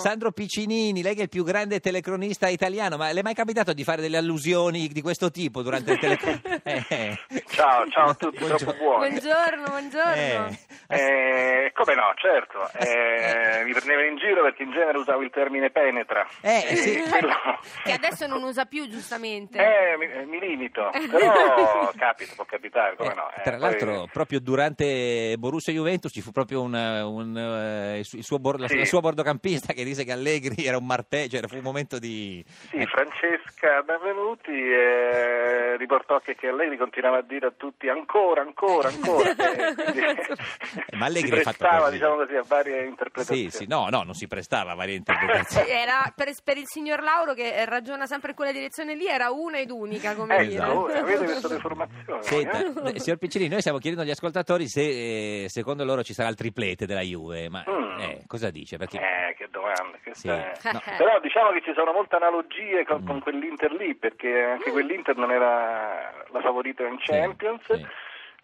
Sandro Piccinini, lei che è il più grande telecronista italiano, ma le è mai capitato di fare delle allusioni di questo tipo durante il telecronista? Ciao, ciao a tutti, Buongiorno. troppo buoni. Buongiorno, buongiorno. Eh. Eh, come no, certo. Eh, mi prendevano in giro perché in genere usavo il termine penetra. Eh, sì. quello- Che adesso non usa più, giustamente. Eh, mi, mi limito, però capita, può capitare, come no. eh, tra poi- l'altro, proprio durante Borussia Juventus ci fu proprio un, un, eh, il su- il suo bor- la, Sì. la sua bordocampista che disse che Allegri era un marteggio, era- fu un momento di. Sì, Francesca Benvenuti eh, riportò che, che Allegri continuava a dire a tutti ancora, ancora, ancora. eh, quindi Ma Allegri si è fatto prestava, così. diciamo così, a varie Sì, interpretazioni. sì, no, no, non si prestava a varie interpretazioni. Cioè, Era per, per il signor Lauro che ragiona sempre in quella direzione lì, era una ed unica, come Ecco, dire. Eh, Esatto. ora, avete questa deformazione. eh? Senta, eh, signor Piccini, noi stiamo chiedendo agli ascoltatori se eh, secondo loro ci sarà il triplete della Juve, ma Mm. eh, cosa dice? Perché Eh, che domanda. questa Sì. Mm. è- eh, No. Però diciamo che ci sono molte analogie con, con quell'Inter lì, perché Mm. anche quell'Inter non era la favorita in Sì, Champions sì.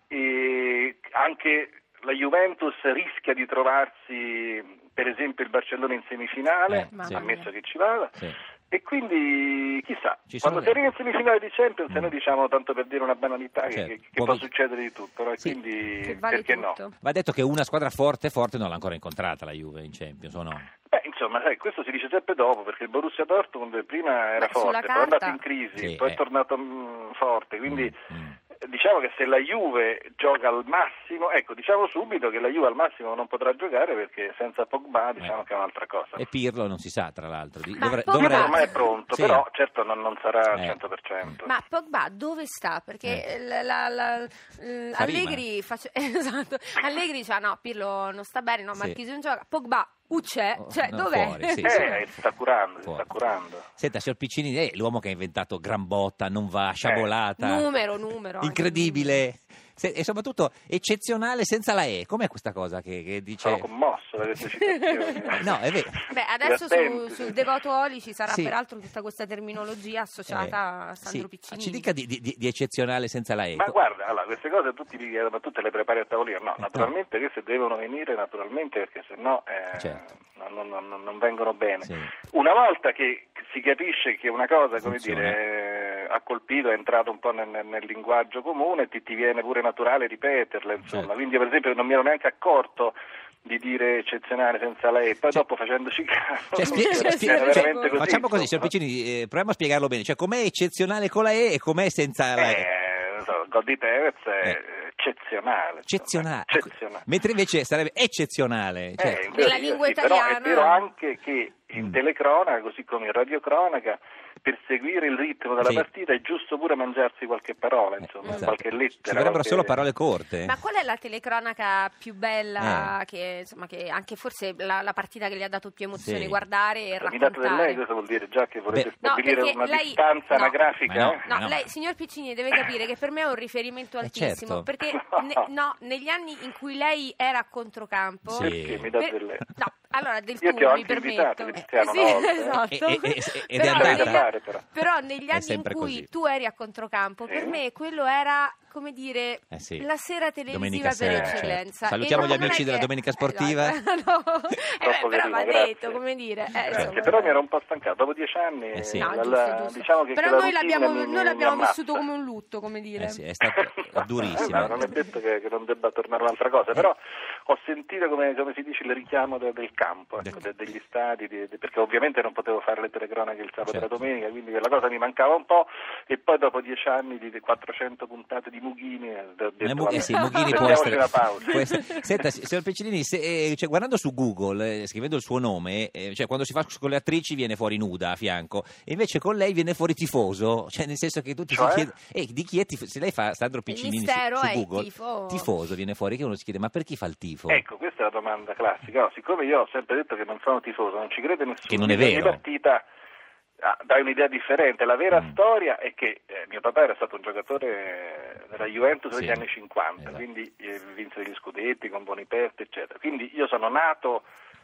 e anche la Juventus rischia di trovarsi per esempio il Barcellona in semifinale, Eh, sì. ammesso che ci vada. Sì. E quindi chissà, Ci sono quando si le- arriva in semifinale di Champions, noi diciamo tanto per dire una banalità che- Certo. che, che Può può vi- succedere di tutto, no? E Sì. quindi Che vale perché no? tutto. va detto che una squadra forte, forte non l'ha ancora incontrata la Juve in Champions, o no? Beh, insomma, sai, questo si dice sempre dopo, perché il Borussia Dortmund prima era Beh, forte, sulla poi è andato carta- in crisi, Sì, poi eh. è tornato mm, forte, quindi Mm, mm. eh, diciamo che se la Juve gioca al massimo, ecco, diciamo subito che la Juve al massimo non potrà giocare perché senza Pogba diciamo Eh. che è un'altra cosa. E Pirlo non si sa, tra l'altro. Di- Ma dovre- Pogba- dovre- Pirlo Ormai è pronto, Sì. però certo non, non sarà al Eh. 100%. Ma Pogba dove sta? Perché la- la- la- l- Allegri face- esatto. Allegri diceva no, Pirlo non sta bene, no, Sì. Marchisio gioca. Pogba, uccè, Oh, cioè no, dov'è? Cioè, fuori, sì, eh, sì. sta curando, si Fuori. sta curando. Senta, signor Piccini, lei è l'uomo che ha inventato gran botta, non Eh. va, sciabolata. Numero, numero, anche Incredibile. Se- e soprattutto eccezionale senza la E. Com'è questa cosa che, che dice... Sono commosso da queste citazioni. No, è vero. Beh, adesso su, Divertente. sul Devoto Oli ci sarà Eh, Sì. peraltro tutta questa terminologia associata Eh, a sì. Sandro Piccinini. Ci dica di, di- di- di eccezionale senza la E. Ma guarda, allora, queste cose tutti li chiedono, ma tu te le prepari a tavolino? No, Eh, naturalmente queste devono venire naturalmente perché sennò eh, Certo. non, non- non- non vengono bene. Sì. Una volta che si capisce che una cosa, come Funziona. dire, eh, ha colpito, è entrato un po' nel, nel- nel linguaggio comune, ti, ti viene pure naturale ripeterla, insomma. Certo. Quindi per esempio non mi ero neanche accorto di dire eccezionale senza lei, poi Cioè- dopo facendoci caso Cioè, spie- era spie- cioè, veramente facciamo così, signor insomma. Piccini, eh, proviamo a spiegarlo bene. Cioè, com'è eccezionale con la E e com'è senza la E? Eh, non so, il gol di Tevez è eccezionale. Eh. Eccezionale. Ecco, insomma, eccezionale. Mentre invece sarebbe eccezionale. Eh, Cioè, in teoria Nella lingua sì, però è italiana- vero anche che in Mm. telecronaca, così come in radiocronaca, per seguire il ritmo della Sì. partita è giusto pure mangiarsi qualche parola, eh, insomma, esatto. qualche Ci lettera. dovrebbero qualche- solo parole corte. Ma qual è la telecronaca più bella, Ah. che, insomma, che anche forse la, la partita che le ha dato più emozione Sì. guardare e Mi date del lei, raccontare? questo vuol dire già che volete Beh, no, stabilire perché una lei- distanza no. anagrafica? Ma no. eh? No, No, lei, ma- signor Piccini, deve capire che per me è un riferimento Eh, certo. altissimo, perché ne- no, negli anni in cui lei era a controcampo... Sì. Perché mi date per- del lei? No, allora del Io tu, ti ho mi anche permetto. invitato, Cristiano, sì, una volta, eh. esatto. E- e- e- ed è Però andata. negli anni- Però. Però negli È anni in sempre cui così. tu eri a controcampo, Sì. per me quello era, come dire, Eh sì. la sera televisiva Domenica per sera, eccellenza. certo. Salutiamo E gli non amici è della che- Domenica Sportiva. Esatto. no. Eh, beh, Troppo però carino, va grazie. detto, come dire. Eh, Grazie, insomma, però mi ero un po' stancato, dopo dieci anni Eh sì. No, la- giusto, la- giusto. diciamo che Però che la noi routine l'abbiamo, mi- noi mi l'abbiamo ammazza. vissuto come un lutto, come dire. Eh sì, è stato durissimo. Eh, no, non è detto che, che non debba tornare un'altra cosa, però ho sentito come, come si dice il richiamo de- del campo, ecco, de- degli stadi, di- di- perché ovviamente non potevo fare le telecronache il sabato e la Certo. domenica, quindi quella cosa mi mancava un po' e poi dopo dieci anni di di 400 puntate di Mughini, eh, ho detto, Eh, Mu- vabbè, eh sì, Mughini può prendiamoci essere, una pausa. può essere- Senta, si- signor Piccinini, se, eh, cioè, guardando su Google, eh, scrivendo il suo nome, eh, cioè, quando si fa con le attrici viene fuori nuda a fianco, e invece con lei viene fuori tifoso, cioè nel senso che tutti Cioè? si chiedono, eh, di chi è tifoso? Se lei fa Sandro Piccinini su, mistero su è il Google, tifo. tifoso viene fuori, che uno si chiede, ma per chi fa il tifo? Ecco, questa è la domanda classica. No, siccome io ho sempre detto che non sono tifoso, non ci crede nessuno. Che non è quindi vero. Ogni partita ah, dà un'idea differente. La vera Mm. storia è che eh, mio papà era stato un giocatore eh, della Juventus Sì, negli anni 50, esatto. quindi eh, vinse degli scudetti con Boniperti, eccetera. Quindi io sono nato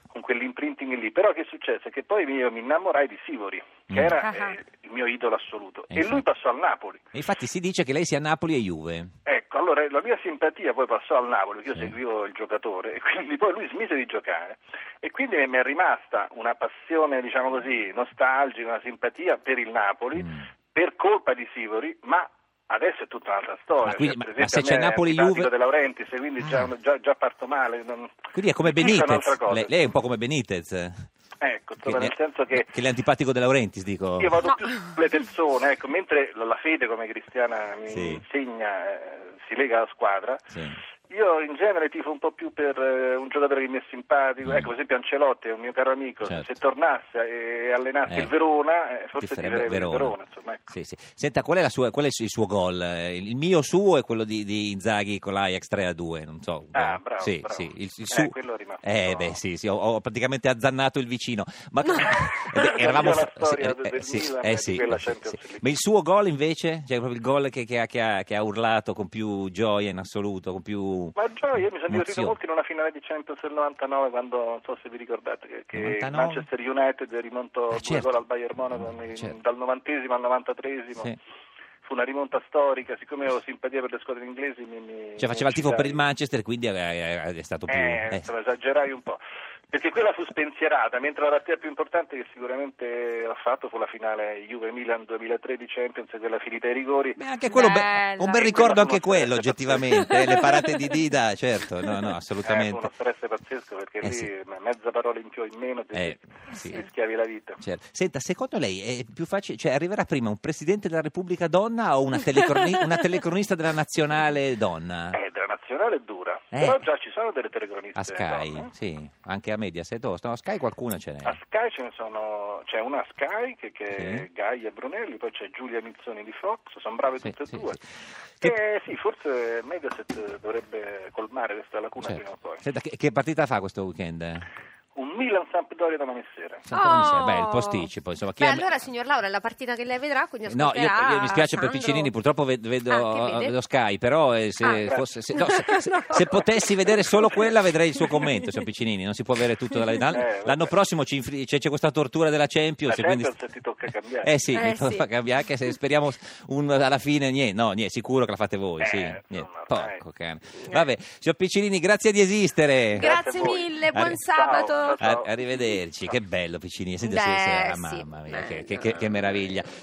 con quell'imprinting lì. Però che successe? Che poi io mi innamorai di Sivori, che Mm. Esatto. era Ah. eh, il mio idolo E assoluto. E lui infatti- passò al Napoli. E infatti si dice che lei sia Napoli e Juve. Ecco, allora la mia simpatia poi passò al Napoli, perché io Sì. seguivo il giocatore e quindi poi lui smise di giocare e quindi mi è rimasta una passione, diciamo così, nostalgica, una simpatia per il Napoli Mm. per colpa di Sivori, ma adesso è tutta un'altra storia. Ma quindi- Cioè, per ma- ma se esempio, c'è a me è Napoli, antipatico Juve- De Laurentiis, quindi già, Ah. già- già parto male. non- Quindi è come Dico un'altra Benitez. cosa. Lei, lei è un po' come Benitez. Ecco, insomma, Che- nel senso che che l'antipatico De Laurentiis, dico. Io vado No. più sulle persone, ecco, mentre la, la fede come cristiana mi Sì. insegna, eh, si lega alla squadra. Sì. Io in genere tifo un po' più per eh, un giocatore che mi è simpatico, Mm. ecco, per esempio Ancelotti è un mio caro amico, Certo. se tornasse e allenasse Eh. il Verona, eh, forse Tiferebbe tiferei per il Verona. Verona, insomma, ecco. Sì, sì. Senta, qual è, la sua- qual è il suo gol? Eh, Il mio suo è quello di, di Inzaghi con l'Ajax 3 a 2, non so. Ah, bravo, Sì, bravo. sì, il, il Eh, suo- quello è rimasto. Eh, beh, sì, sì, ho, ho praticamente azzannato il vicino. Ma Eh, Ed è- Io la storia sì, del sì, Milan eh, e di sì, quella sì, Champions sì. League. Ma il suo gol invece? Cioè proprio il gol che, che ha, che ha- che ha urlato con più gioia in assoluto, con più Ma già io mi sono divertito emozione. molto in una finale di Champions del 99 quando, non so se vi ricordate, che, che 99? Manchester United rimontò Ah, due certo. gol al Bayern Monaco Ah, in- certo. dal 90 al 93 Sì. Fu una rimonta storica, siccome avevo simpatia per le squadre inglesi mi... mi- Cioè faceva mi il tifo per il eccitai. Manchester, quindi è, è- è stato più... Eh, eh. insomma, esagerai un po'. Perché quella fu spensierata, mentre la partita più importante che sicuramente ho fatto fu la finale Juve-Milan 2003 di Champions e quella finita ai rigori. Beh, anche quello, un be- Bella. ecco. un bel ricordo anche Eh, quello, quello oggettivamente. eh, Le parate di Dida, certo, no, no, Eh, fu assolutamente. uno stress pazzesco perché Eh, lì sì. mezza parola in più o in meno ti Eh, ti sì, rischiavi la vita. certo. Senta, secondo lei è più facile, cioè arriverà prima un presidente della Repubblica donna o una, telecroni- una telecronista della nazionale donna? Eh, della nazionale è dura, Ah. Eh. però già ci sono delle telecroniste. A Sky, donne. sì, anche a Mediaset, oh, no, a Sky qualcuno ce n'è. A Sky ce ne sono, c'è una a Sky che, che è Sì. Gaia Brunelli, poi c'è Giulia Mizzoni di Fox, sono brave Sì, tutte sì, e due. sì. Che- Eh, sì, forse Mediaset dovrebbe colmare questa lacuna Certo. prima o poi. Senta, che, che partita fa questo weekend? Un Milan Sampdoria domani sera. Senta, come si- Oh! Beh, il posticipo, insomma. chi Beh, è- allora, signor Laura, la partita che lei vedrà, quindi No, io, ascolterà io mi spiace per Sandro. Piccinini, purtroppo ved- vedo, Ah, che vede? vedo Sky, però eh, se, Ah, grazie. fosse- se- no, se- se- se potessi vedere solo quella vedrei il suo commento, signor Piccinini, non si può avere tutto. dalla- dal- Eh, vabbè. l'anno prossimo ci infli- c'è, c'è questa tortura della Champions. La e quindi- Champions ti tocca cambiare. Eh sì, Eh, mi fa- sì. fa cambiare, anche se speriamo un- alla fine, niente, no, niente, sicuro che la fate voi. Eh, sì, insomma, niente. ormai. Porco cane. Vabbè, signor Piccinini, grazie di esistere. Grazie Grazie a voi. mille, buon Arri- sabato. Ciao, ciao, ciao. Ar- arrivederci, che bello Piccinini, senti, Beh, sì, sì, ah, sì, mamma mia, beh, che, che- che- che meraviglia.